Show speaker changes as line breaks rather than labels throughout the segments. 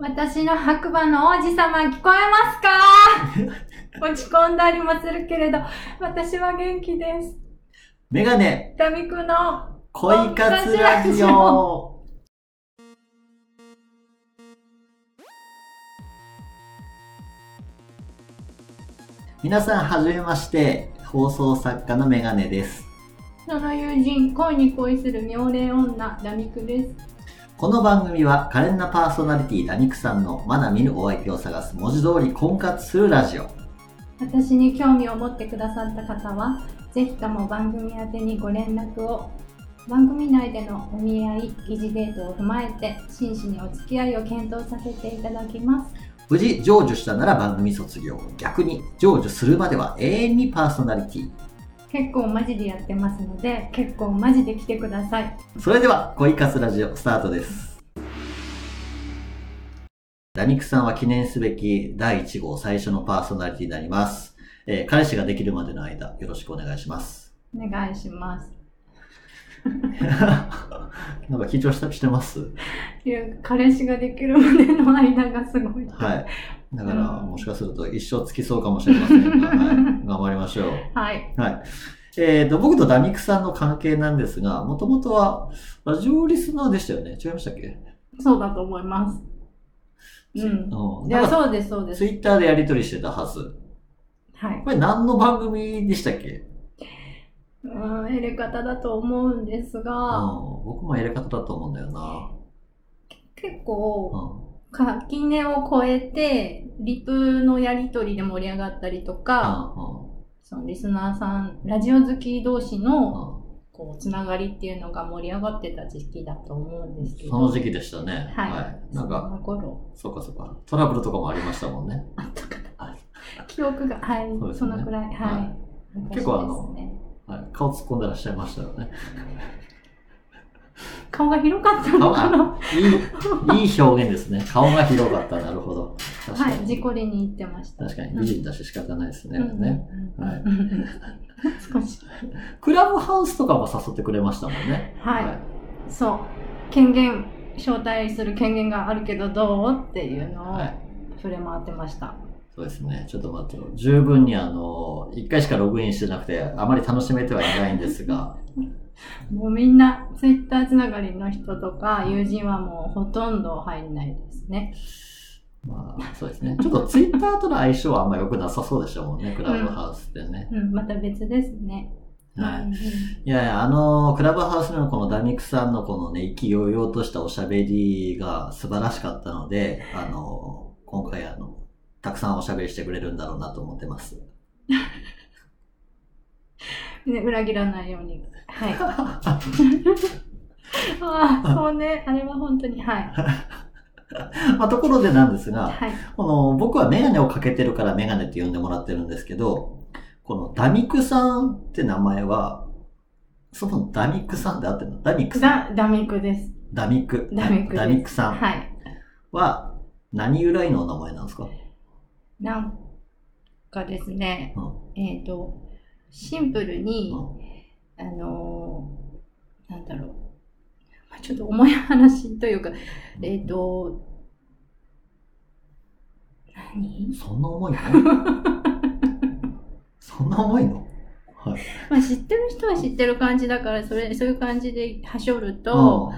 私の白馬の王子様聞こえますか落ち込んだりもするけれど、私は元気です。
メガネ、
ダミクの、
恋活ラジオ。皆さん、はじめまして。放送作家のメガネです。
その友人、恋に恋する妙齢女、ダミクです。
この番組は、可憐なパーソナリティダニクさんのまだ見ぬお相手を探す文字通り婚活するラジオ。
私に興味を持ってくださった方は、ぜひとも番組宛てにご連絡を。番組内でのお見合い、疑似デートを踏まえて、真摯にお付き合いを検討させていただきます。
無事成就したなら番組卒業。逆に、成就するまでは永遠にパーソナリティ。
結構マジでやってますので、結構マジで来てください。
それでは恋活ラジオスタートですダニクさんは記念すべき第1号最初のパーソナリティになります、えー彼氏ができるまでの間よろしくお願いします
お願いします。
なんか緊張したしてます
いや、彼氏ができるまでの間がすごい。
はいだから
うん
もしかすると一生つきそうかもしれませんが、はい、頑張りましょう
はい。
はい。えー、と、僕とダニクさんの関係なんですが、もともとは、ラジオリスナーでしたよね違いましたっけ
そうだと思います。うん。
うん。
い
な
や、
んか、
そうです、そうです
ツ。イッターでやりとりしてたはず。
はい。
これ何の番組でしたっけ
うん、やり方だと思うんですが、
うん、僕もやり方だと思うんだよな。
結
う
構、
ん。
垣根を越えて、リプのやりとりで盛り上がったりとか、そのリスナーさん、ラジオ好き同士
うん
の、
うんうん
こう、つながりっていうのが盛り上がってた時期だと思うんですけど。
その時期でしたね。
はい
なん
そ
か、
の頃、
そうかそうか。トラブルとかもありましたもんね。
あったかな
はい
記憶が、はい、
そうです
そ
ね
のくらい、はい。
結構あの
昔ですね
はい。顔突っ込んでらっしゃいましたよね。
顔が広かった
顔
のかな
が、いい、いい表現ですね。顔が広かった。なるほど。確か
はい、
に。
自己りに行ってました。
確かに美人だし仕方ないですね。
うん
ね。。
うん
はい。
少し。
クラブハウスとかも誘ってくれましたもんね。
はいそう。権限、招待する権限があるけどどうっていうのを
はい
触れ回ってました。
そうですね。ちょっと待ってよ。十分にあの、一回しかログインしてなくて、あまり楽しめてはいないんですが、
もうみんな、ツイッターつながりの人とか、友人はもうほとんど入んないですね。
まあ、そうですね。ちょっとツイッターとの相性はあんま良くなさそうでしたもんね、クラブハウスってね。
うん、また別ですね。
はい。
うんうん
いやいや、あの、クラブハウスのこのダニクさんのこのね、意気揚々としたおしゃべりが素晴らしかったので、あの、今回あの、たくさんおしゃべりしてくれるんだろうなと思ってます。
ね、裏切らないように。 はい。 ああ、そうね。あれは本当に、 はい。
まあ、ところでなんですが、
はい。
この、僕はメガネをかけてるからメガネって呼んでもらってるんですけど、このダミクさんって名前は、そのダミクさんで合ってるのダミクさん。
ダ、ダミクです。
ダミク。
ダミクです
ダミクさん
はい。
は、何由来のお名前なんですか
なんかですね、
うん
えっ、と、シンプルに、
う
あのーなんだろう。まあちょっと重い話というか、
ん
えっ、と、何
そんな 重いのそんな重いのはい。
まあ知ってる人は知ってる感じだから、それ、そういう感じではしょると、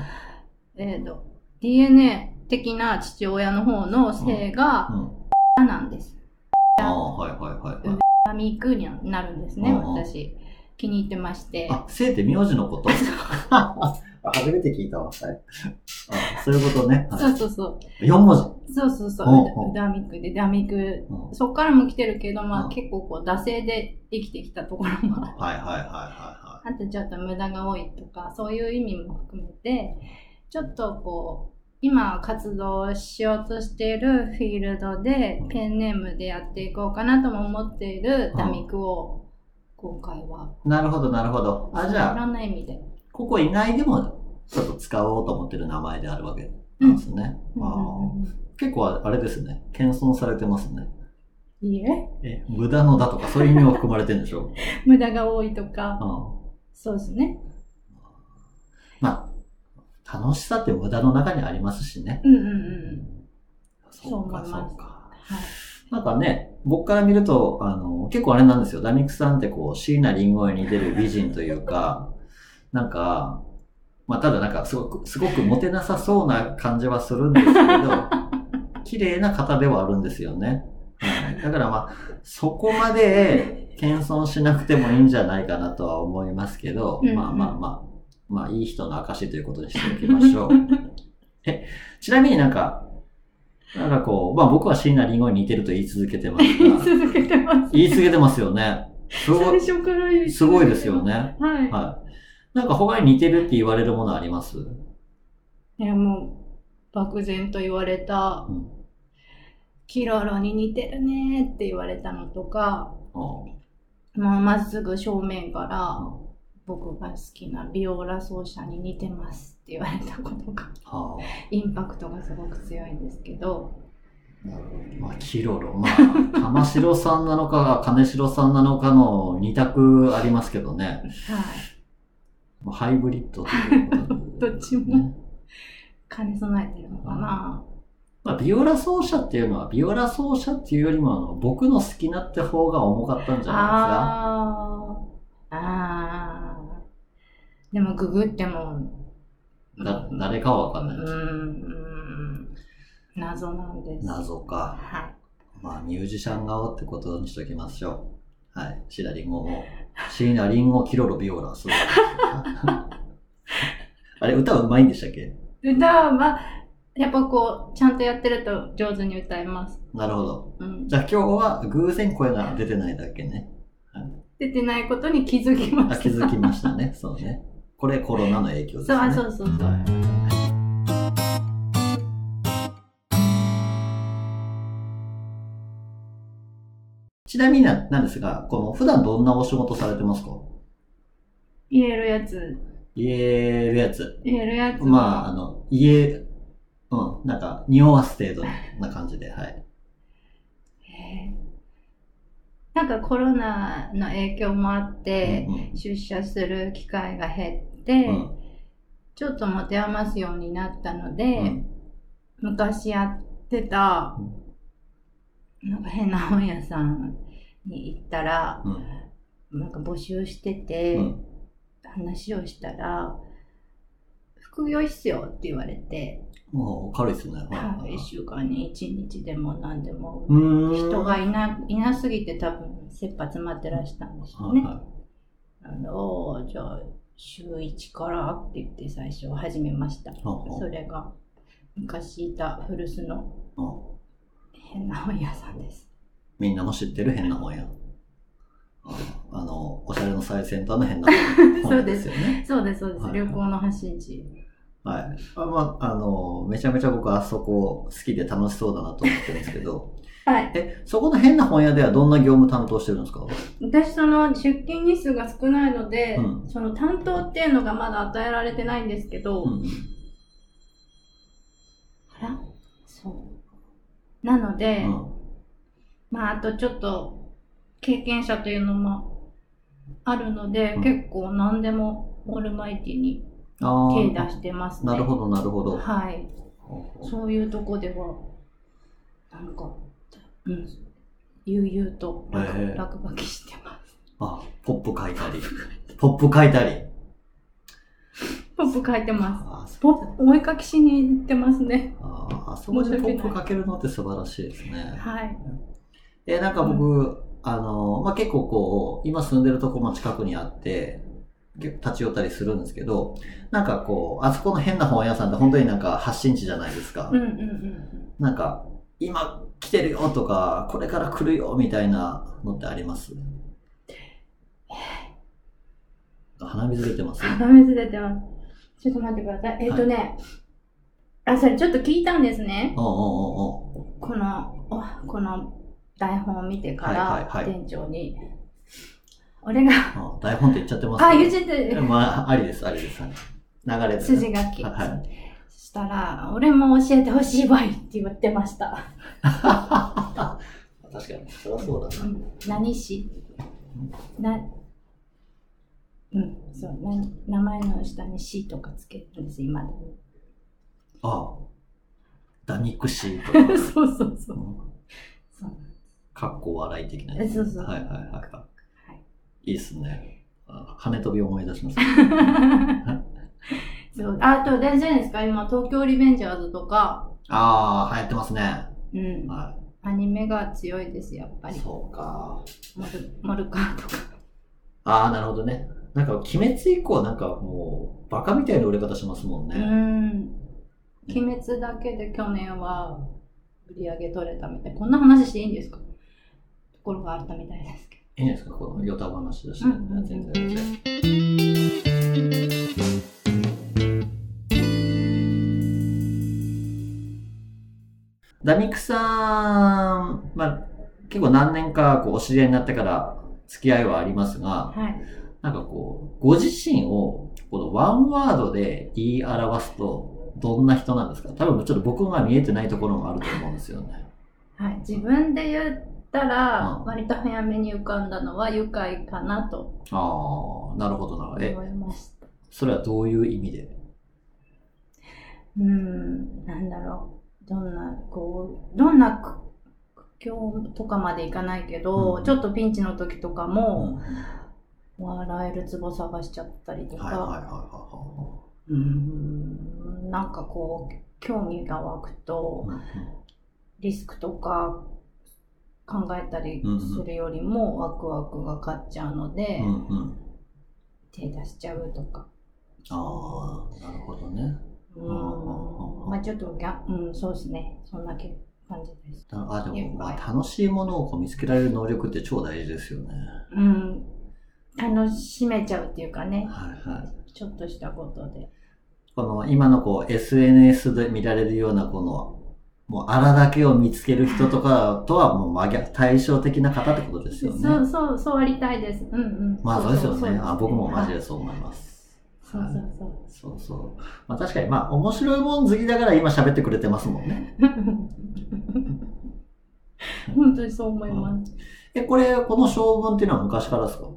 えー、と DNA 的な父親の方の性が
うん。うん。
「なんです。
ああ、はいはいはいはい。
ダミークになるんですね、
うんうん
私。気に入ってまして。
あ、生って名字のことあ 初めて聞いたわ。はい。あそういうことね。
そ
は
うそうそう。
い、4文字。
そうそうそう。
うんうん
ダミークで、ダミーク。
うん
そっからも来てるけど、ま
う
あ
ん
結構こう、惰性で生きてきたところもあ る。
はいはいはいはいはい。
あとちょっと無駄が多いとか、そういう意味も含めて、ちょっとこう、今活動しようとしているフィールドで
うん、
ペンネームでやっていこうかなとも思っているダミークを、今回は
なるほど、なるほど。あ、じ
い
ゃあ、
ろんな意味で。
ここ以外でも、ちょっと使おうと思ってる名前であるわけなんですね。あー結構あれですね。謙遜されてますね。
いいえ、
え、無駄のだとか、そういう 意味も含まれてるんでしょ
無駄が多いとか、
う
そうですね。
ん。まあ、楽しさって無駄の中にありますしね。
うんうんうん。そう思います。
そうか。
はい。
なんかね、僕から見ると、あの、結構あれなんですよ。ダミックさんってこう、椎名林檎に似てる美人というか、なんか、まあ、ただなんか、すごく、すごくモテなさそうな感じはするんです けど、綺麗な方ではあるんですよね。はいだからまあ、そこまで謙遜しなくてもいいんじゃないかなとは思いますけど、
うんうん
まあまあまあ、まあいい人の証ということにしておきまし ょう。え、ちなみになんか、なんかこう、まあ僕は椎名林檎に似てると言い続けてます
言い
が、
続けてます。
言い続けてますよね。すご
最
い、
初から言い続けてます
すごいですよ。ね。
はい。
はい。なんか他に似てるって言われるものあります
いやもう漠然と言われた
うん
「キロロに似てるね」って言われたのとか
うん
もうまっすぐ正面から僕が好きなビオラ奏者に似てますって言われたことが
は
インパクトがすごく強いんですけど
あ、なるほど。まあ、キロロ。まあ、 玉城さんなのか、金城さんなのかの二択ありますけどね。
はい
まあハイブリッドということで、
どっちも
ね。
兼ね備えてるのかな
まあ、ビオラ奏者っていうのは、ビオラ奏者っていうよりも、あの、僕の好きなって方が重かったんじゃな
あーあーでもググっても
いですか。だ、誰かはわか
うん
ないです。
うん謎なんです
謎か。
はい
まあ、ミュージシャン顔ってことにしときましょう。はい。シナリンゴも。シナリンゴ、キロロ、ビオラ、そう。 あれ、歌うまいんでしたっけ
歌はやっぱこうちゃんとやってると上手に歌えます、
なるほど。
うん、
じゃあ今日は偶然声が出てないだけね。
出てないことに気づきま
あ
し
気
た
づきまし たね。そうね。これコロナの影響です
そう
ね。
あそうそうそう、
ちなみにななんですが、この普段どんなお仕事されてますか
言えるやつ
言えるやつ。
言えるやつは、
まあ、あの、言え、うん、なんか、匂わす程度な感じで、はい。
えーなんかコロナの影響もあって、
うん
出社する機会が減って、
うん
ちょっと持て余すようになったので、
うん
昔やってた
う
なんか変な本屋さんに行ったら
うん
なんか募集してて、
うん
話をしたら「副業必要」って言われて、
もう軽いですね。はい
は、
はいい
1週間に1日でも何でも
うーん
人がいないなすぎて多分切羽詰まってらしたんでしょう
はい
ね。
は
あのじゃあ週1からって言って最初始めました。
いは
それが昔いた古巣の
いうん
変な本屋さんです。
みんなも知ってる変な本屋。ああの、おしゃれの最先端の変な本屋ですよ ね。
そうですそうです、
はい
旅行の発信地。
はい。あまあ、あの、めちゃめちゃ僕はあそこ好きで楽しそうだなと思ってるんですけ ど、
はい、
え、そこの変な本屋ではどんな業務担当してるんですか
私その出勤日数が少ないので、
うん
その担当っていうのがまだ与えられてないんですけど、
うん。
あらそう。なので、
うん
まああとちょっと経験者というのもあるので、
うん
結構何でもオールマイティに
あ
手出
ー
してますね。
なるほど、なるほど。
はい。
ほうほ
そういうとこでは、なんか、うん、悠々と落,、
へえ
落書きしてます。
うあ、ポップ書いたり。ポップ書いたり。
ポップ書いてます。
あー
ポップお絵描きしに行ってますね。
あーあそこでポップ書けるのって素晴らしいですね。
はい。
で、なんか僕、あの、まあ、結構こう、今住んでるとこも近くにあって、結構立ち寄ったりするんですけど、なんかこう、あそこの変な本屋さんって本当になんか発信地じゃないですか。
うんうんうん
なんか、今来てるよとか、これから来るよみたいなのってあります鼻水出てます
うん。鼻水出てます。ちょっと待ってください。えっ、とね、あ、それちょっと聞いたんですね。
おうおうおうおう
このおこの台本を見てか
はい
ら
はいはい
店長に「俺が
あ台本って言っちゃってます
あ言っ
っ
ちゃってる
まあ、ありです、ありです。流れですね、
筋書き」
はいは
そしたら「俺も教えてほしいわい」って言ってました
確かに、そりゃそうだな。
何しなうんそうな名前の下に「し」とかつけるんです今でも
あダミクシーとか
そうそうそう。
うん、
そうなん
かっこ笑い的な
えそうそう
はいはいはいは
はい
い。いいっすね。あ羽飛び思い出します。
そうあと、大事ですか今、東京リベンジャーズとか、
ああ、流行ってますね。
うん、
は
アニメが強いです、やっぱ
い。
り。
そうか。
モルモルカーとか。
ああ、なるほどね。なんか、鬼滅以降なんかもう、バカみたいな売れ方しますもん
う
ね。
ん。鬼滅だけで去年は売り上げ取れたみたい。こんな話していいんですかところがあったみたいですけど。
いいんですかこのヨタ話だしね
うん。
全然全然。ダミクさん、まあ、結構何年かこうお知り合いになってから付き合いはありますが、
はい。
なんかこう、ご自身をこのワンワードで言い表すと、どんな人なんですか多分ちょっと僕が見えてないところもあると思うんですよね。
はい、自分で言ったら、
うん
割と早めに浮かんだのは愉快かなと
ああ、なるほどなるほど。え、
思いました。
それはどういう意味で
うん、なんだろう。どんな、こう、どんな苦苦境とかまでいかないけど、
うん
ちょっとピンチの時とかも、
はい
笑えるツボ探しちゃったりとか、
はいはいはいは
うーんなんかこう興味が湧くと
いはい。
リスクとか考えたりするよりもワクワクが勝っちゃうので、
うんうん。
手出しちゃうとか、
ああ、なるほどね。
うー
あ
ん
あ
まあちょっとギャうんそうですねそんなけ感じです。
だあ、でも、まあ、楽しいものをこう見つけられる能力って超大事ですよね。
うん楽しめちゃうっていうかね
はいはい。
ちょっとしたことで。
この今のこう SNS で見られるようなこのもう荒だけを見つける人とかとはもう真逆対照的な方ってことですよね。
そうそうそうありたいです。うんうん。
まあそうですよね。あ僕もマジ
で
でそう思います。
すはい。そうそう
そうそう。まあ確かにまあ面白いもん好きだから今喋ってくれてますもんね。
そう。 本当にそう思います。
え、これ、この将軍っていうのは昔からですか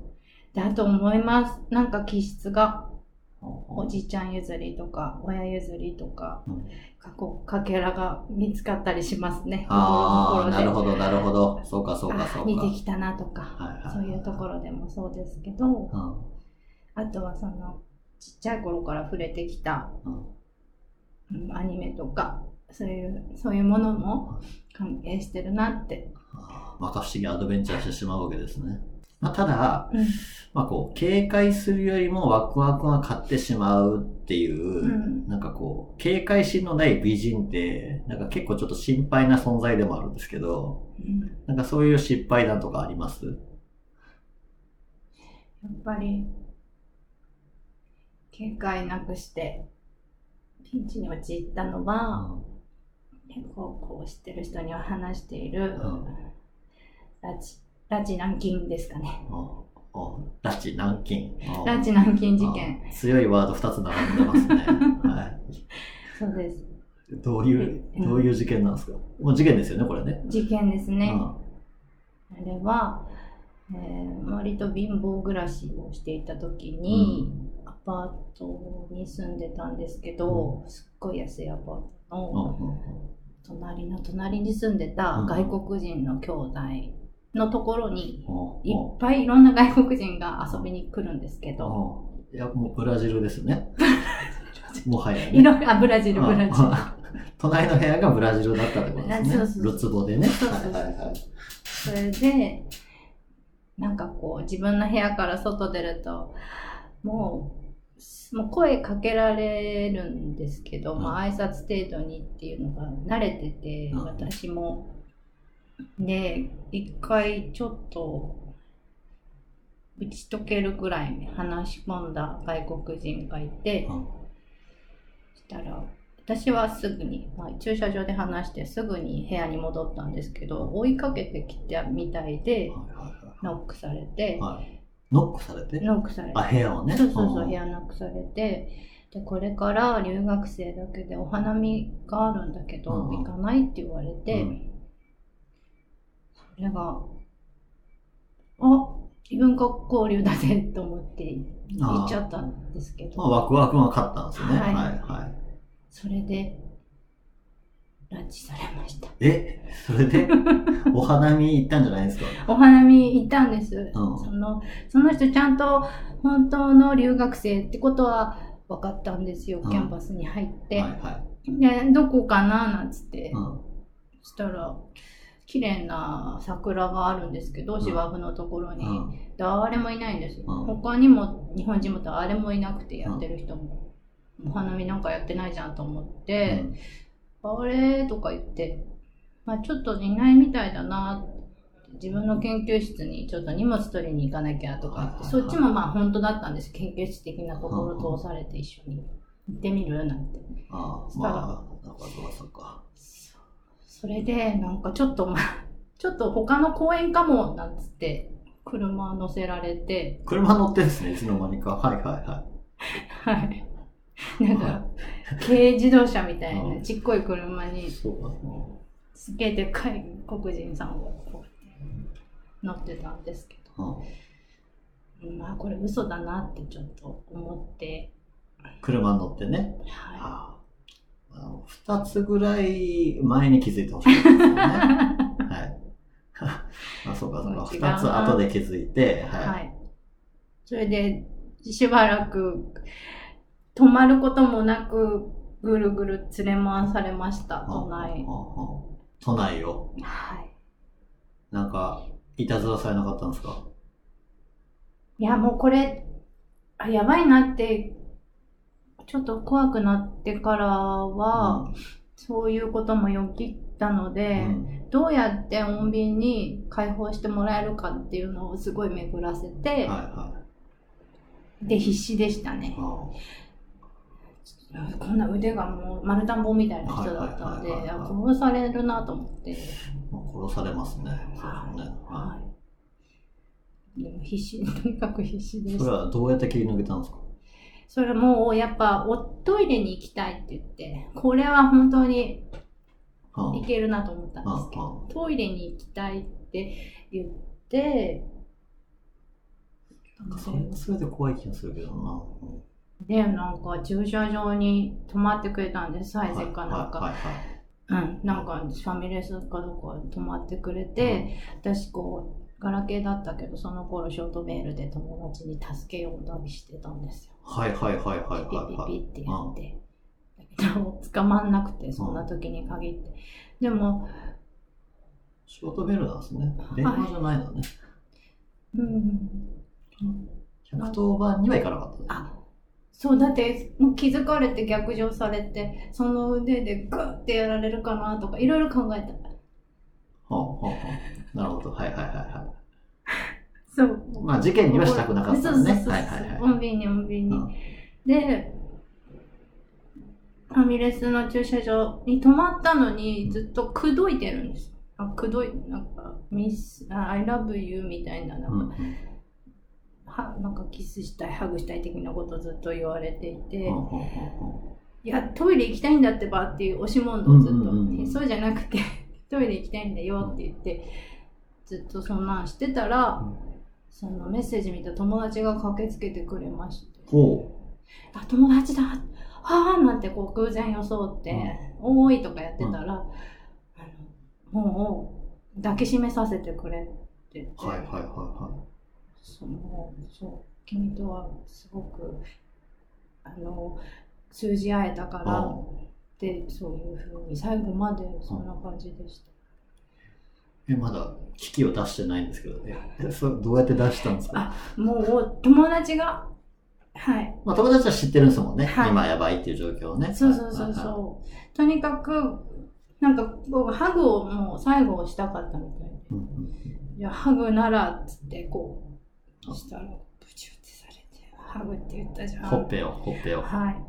だと思います。なんか気質がおじいちゃん譲りとか親譲りとか、
うん
かこかけらが見つかったりしますね。
ああ、
心
なる
のとこ
ほど、なるほど。そうか、そう
ろであ
か、そうか。
似てきたなとか、
はいはい、
そういうところでもそうですけど、
ろ。
あとはそのちっちゃい頃から触れてきた、
うん
うんアニメとかそういうそういうものも関係してるなって。
あーまか不思議アドベンチャーしてしまうわけですね。まあ、ただ、
うん
まあこう、警戒するよりもワクワクが勝ってしまうっていう、
うん
なんかこう、警戒心のない美人って、なんか結構ちょっと心配な存在でもあるんですけど、
うん
なんかそういう失敗談とかあります
やっぱり、警戒なくして、ピンチに陥ったのは、結構こう知ってる人には話している、
うん
拉致、拉致軟禁ですかね。
ああ拉致軟禁。あ
拉致軟禁事件。。
あ強いワード2つ並んでま すね。はい。
そうです。
どういう、どういう事件なんですかもう事件ですよね、これね。
事件ですね。
うん
あれは、えー割と貧乏暮らしをしていた時に、アパートに住んでたんですけど、すっごい安いアパートの、
うんうんうん
隣の隣に住んでた外国人の兄弟のところに
うん
いっぱいいろんな外国人が遊びに来るんですけど、
うんいや、もうブラジルです ね。もはや、
い
ね。
ろいろあブラジルブラジル。
うん 隣の部屋がブラジルだったってことですね。
あそうそうそう
ルツボでね。
そうそうそう
はいはいはい
それでなんかこう自分の部屋から外出るともうもう声かけられるんですけど、
うん
まあ挨拶程度にっていうのが慣れてて、
うん
私も。で一回ちょっと打ち解けるぐらい話し込んだ外国人がいて、
うん
そしたら私はすぐに、まあ、駐車場で話してすぐに部屋に戻ったんですけど追いかけてきたみたいで
はいはい
ノックされて、
はいはい。ノックされて
ノックされて
あ、部屋をね。
そうそうそううん部屋ノックされてでこれから留学生だけでお花見があるんだけど、
うんうん
行かないって言われて、
うん
それがあ異文化交流だぜと思って行っちゃった
あ
んですけ
ー
ど
まあ、ワクワクが勝ったんですね。
は
はいいはい。
それで拉致されました。
え、そ れで、お花見行ったんじゃないですか
お花見行ったんです。
ん
その、その人ちゃんと本当の留学生ってことは分かったんですよ、
うん
キャンパスに入って。
はいはい。
で、どこかななんつって
う、ん。
そしたら、綺麗な桜があるんですけど、
ん
芝生のところ
う
に。
ん。
誰もいないんですよ。
うん
他にも日本人も誰もいなくてやってる人も。お花見なんかやってないじゃんと思って、あれとか言って、まあ、ちょっといないみたいだな自分の研究室にちょっと荷物取りに行かなきゃとか言ってそっちもまあ本当だったんです研究室的なところ通されて一緒に行ってみるなんて
ああ、
したら
まあ、なんかそうかそうか。
そそれでなんかちょっとまあちょっと他の公園かもなんつって車乗せられて
車乗ってんですね、いつの間にか。はいはいは
はいなんか軽自動車みたいなちっこい車に
い。そうかそ
すげえでっかい黒人さんがこう乗ってたんですけ
うか。うん。
どまあこれ嘘だなってちょっと思って、
車乗ってね。
は
ああの二つぐらい前に気づいてほしいですよね。はい。 あ、そうか、そうか。
違うな
二つ後で気づいて、
い、は、
はい
それでしばらく止まることもなくぐるぐる連れ回されました
い。
都
うん
内
うんうん都内を。
はい
なんか、いたずらされなかったんですか
いやもうこれあやばいなってちょっと怖くなってからは、そういうこともよぎったの
う
で、
ん。
どうやって穏便に解放してもらえるかっていうのをすごい巡らせ
うん
て、
はいはい
で必死でしたね。
う
こんな腕がもう丸田んぼみたいな人だったんで
はいはいはいはい
あ殺されるなと思って、
んまあ。殺されますね。そう
はい
ですね。は
はい、でも必死とにかく必死で
い。
し
それ
た
はどうやって切り抜けたんですか
それもうやっぱおトイレに行きたいって言ってこれは本当に
うん
行けるなと思ったんですけ
う
ど、トイレに行きたいって言って
なんかそれもそれで怖い気がするけどな。うん
でなんか駐車場に泊まってくれたんですサイゼかなんか、
はいはいはい
うん、なんかファミレスかどこか泊まってくれて、私こうガラケーだったけどその頃ショートメールで友達に助け呼んだりしてたんですよ、
はいはいはいはいはいはい。
ピピピピってやって、だけど捕まんなくてそんな時に限って、でも、
ショートメールなんですね。電話じゃないのね。
うん、
110番には行かなかったね。
あそうだってもう気づかれて逆上されてその腕でグッてやられるかなとかいろいろ考えた
ほんほんほんなるほど。はいはいはいは
そう
い。まあ事件にはしたくなかったのね。はいはい
コ
は
ンビニ、コンビ
い。う
ニ。
ん
で、ファミレスの駐車場に止まったのに、ずっと口説いてるんですよ。あ、口説い、なんか、ミス、あ I love you みたいな、な
うんん
か、はなんかキスしたい、ハグしたい的なことずっと言われていて、
うんうんうん
いや、トイレ行きたいんだってばっていう押し問答をずっと、
うんうんうんうん
そうじゃなくて、 トイレ行きたいんだよって言って、ずっとそんなんしてたら、
うん
そのメッセージ見た友達が駆けつけてくれまして、
ほ
あ友達だああなんてこう偶然装って「多い」とかやってたら、あのもう抱きしめさせてくれって言って、
う。はいはいはいは
そのそう君とはすごくあの通じ合えたか
い。
ら
あ
っ
あ
てそういうふうに最後までそんな感じでした。
え、まだ機器を出してないんですけどね。えそれどうやって出したんですか
もう友達がはい
まあ友達は知ってるんですもんね。
はい
今やばいっていう状況をね。
そうそうそう
はいはいはい
そう。とにかく、なんか僕、ハグをもう最後したかったみたいで、
うんうん
いや、ハグならっつってこう、したら、ブチュってされて、ハグって言ったじゃん。
ほっぺよ、ほっぺよ。
はい。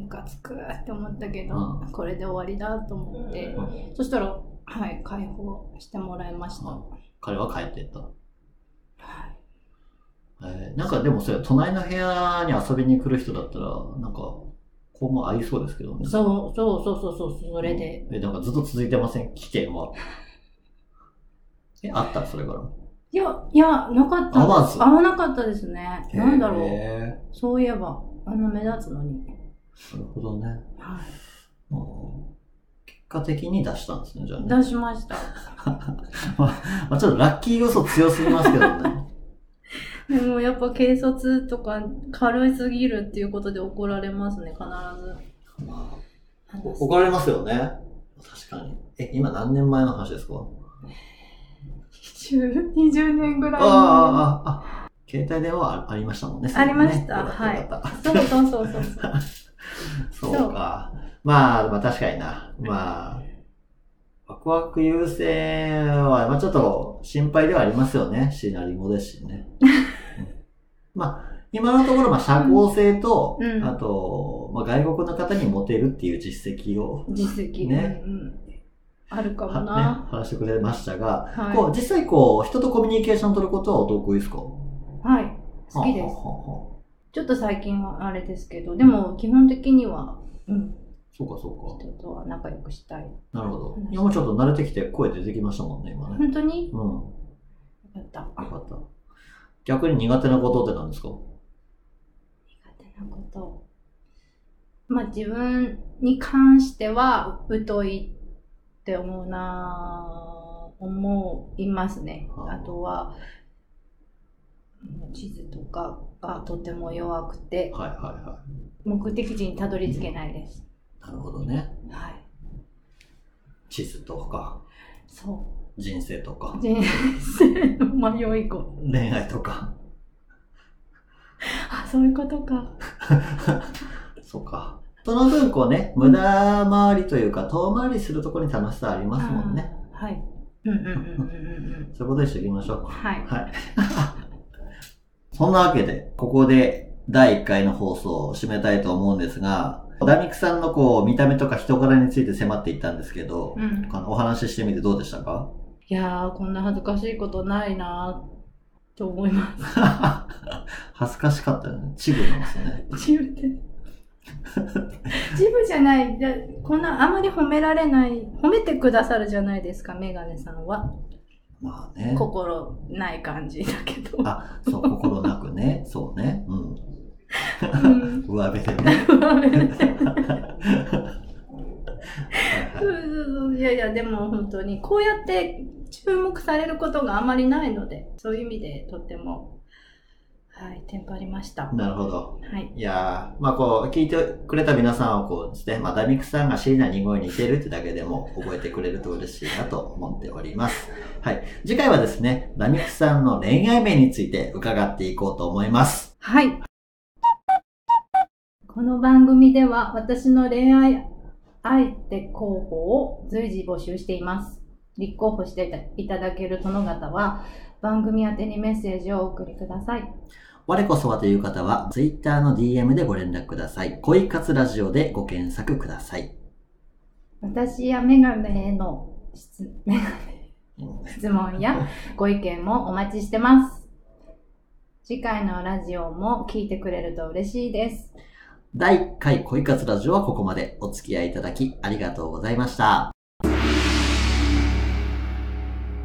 ムカつくって思ったけど、
う
これで終わりだと思って、
うん
そしたら、はい、解放してもらいました。
うん彼は帰っていった。
はい
えーなんかでもそれ隣の部屋に遊びに来る人だったらなんか子も合いそうですけどね
そうそうそうそうそう、それで。
えなんかずっと続いてません危険はえあったそれから
いや、いや、なかった
合わず
合わなかったですね。なんだろう。
へ
そういえば、あんな目立つのに。
ーなるほどね、
はい
うん結果的に出したんですね、じゃあね。
出しました。
まあ、ちょっとラッキー要素強すぎますけどね。
でもやっぱ軽率とか軽すぎるっていうことで怒られますね、必ず。
まあ、
話す
怒られますよね。確かに。え、今何年前の話ですか
20, 20年ぐらい前
ああ、ああ、あ、携帯電話あありましたもんね。
ありました
よか
はい
よかった
そうそうそうそうそう。
そうか。まあ、まあ確かにな。まあ、ワクワク優先は、まあちょっと心配ではありますよね。シナリオですしね。うんまあ、今のところ、まあ社交性と、
うんうん
あと、まあ外国の方にモテるっていう実績を、
実績、
ね
うん、あるかも
はね
な。、
話してくれましたが、
はい
こう、実際こう、人とコミュニケーション取ることはお得意ですか
はい。好きで
は
す
あ。はあはあ
ちょっと最近はあれですけど、でも基本的には、うん、
そうかそう
人とは仲良くしたい。
か。なるほど
話。して
今もちょっと慣れてきて声出てきましたもんね、今ね。
本当に
うん。
よかった。
よかった。逆に苦手なことって何ですか
苦手なこと。まあ自分に関しては疎いって思うなぁ思いますね。
はあ
あとは、うん地図とかがとても弱くて、
はいはいは
目的地にたどり着けないです。
い。なるほどね。
はい。
地図とか、
そ
人生とか
う。、人生の迷い子。
恋愛とか。
あ、そういうことか。
そうか。その分こうね、無駄回りというか、遠回りするところに楽しさありますもんね。
あー。はい。うんうんうんうんうんうん。
そういうことにしておきましょう。
はい。
はい。 そんなわけで、ここで第1回の放送を締めたいと思うんですが、ダミクさんのこう、見た目とか人柄について迫っていったんですけど、
うん
あのお話ししてみてどうでしたか
いやー、こんな恥ずかしいことないなーと思いま
恥ずかしかったよね。チグなんですね。
す。自分で。自分じゃない。だこんな、あまり褒められない、褒めてくださるじゃないですか、メガネさんは。
まあね。
心ない感じだけど。
あ、そう、心なくね。そうね。うん。
うん
上辺でね。
そうそうそういやいや、でも本当に、こうやって注目されることがあまりないので、そういう意味でとっても、はい、テンパりました。は
なるほど。
い。
いやー、まあこう、聞いてくれた皆さんをこうですね、まあダミクさんがシーナ2号に似てるってだけでも覚えてくれると嬉しいなと思っております。はい。次回はですね、ダミクさんの恋愛面について伺っていこうと思います。
はい。この番組では私の恋愛相手候補を随時募集しています。立候補していただける殿方は番組宛てにメッセージをお送りください。
我こそはという方は、Twitter の DM でご連絡ください。恋活ラジオでご検索ください。
私やメガネへの質質問やご意見もお待ちしてます。次回のラジオも聞いてくれると嬉しいです。
第1回恋活ラジオはここまでお付き合いいただきありがとうございました。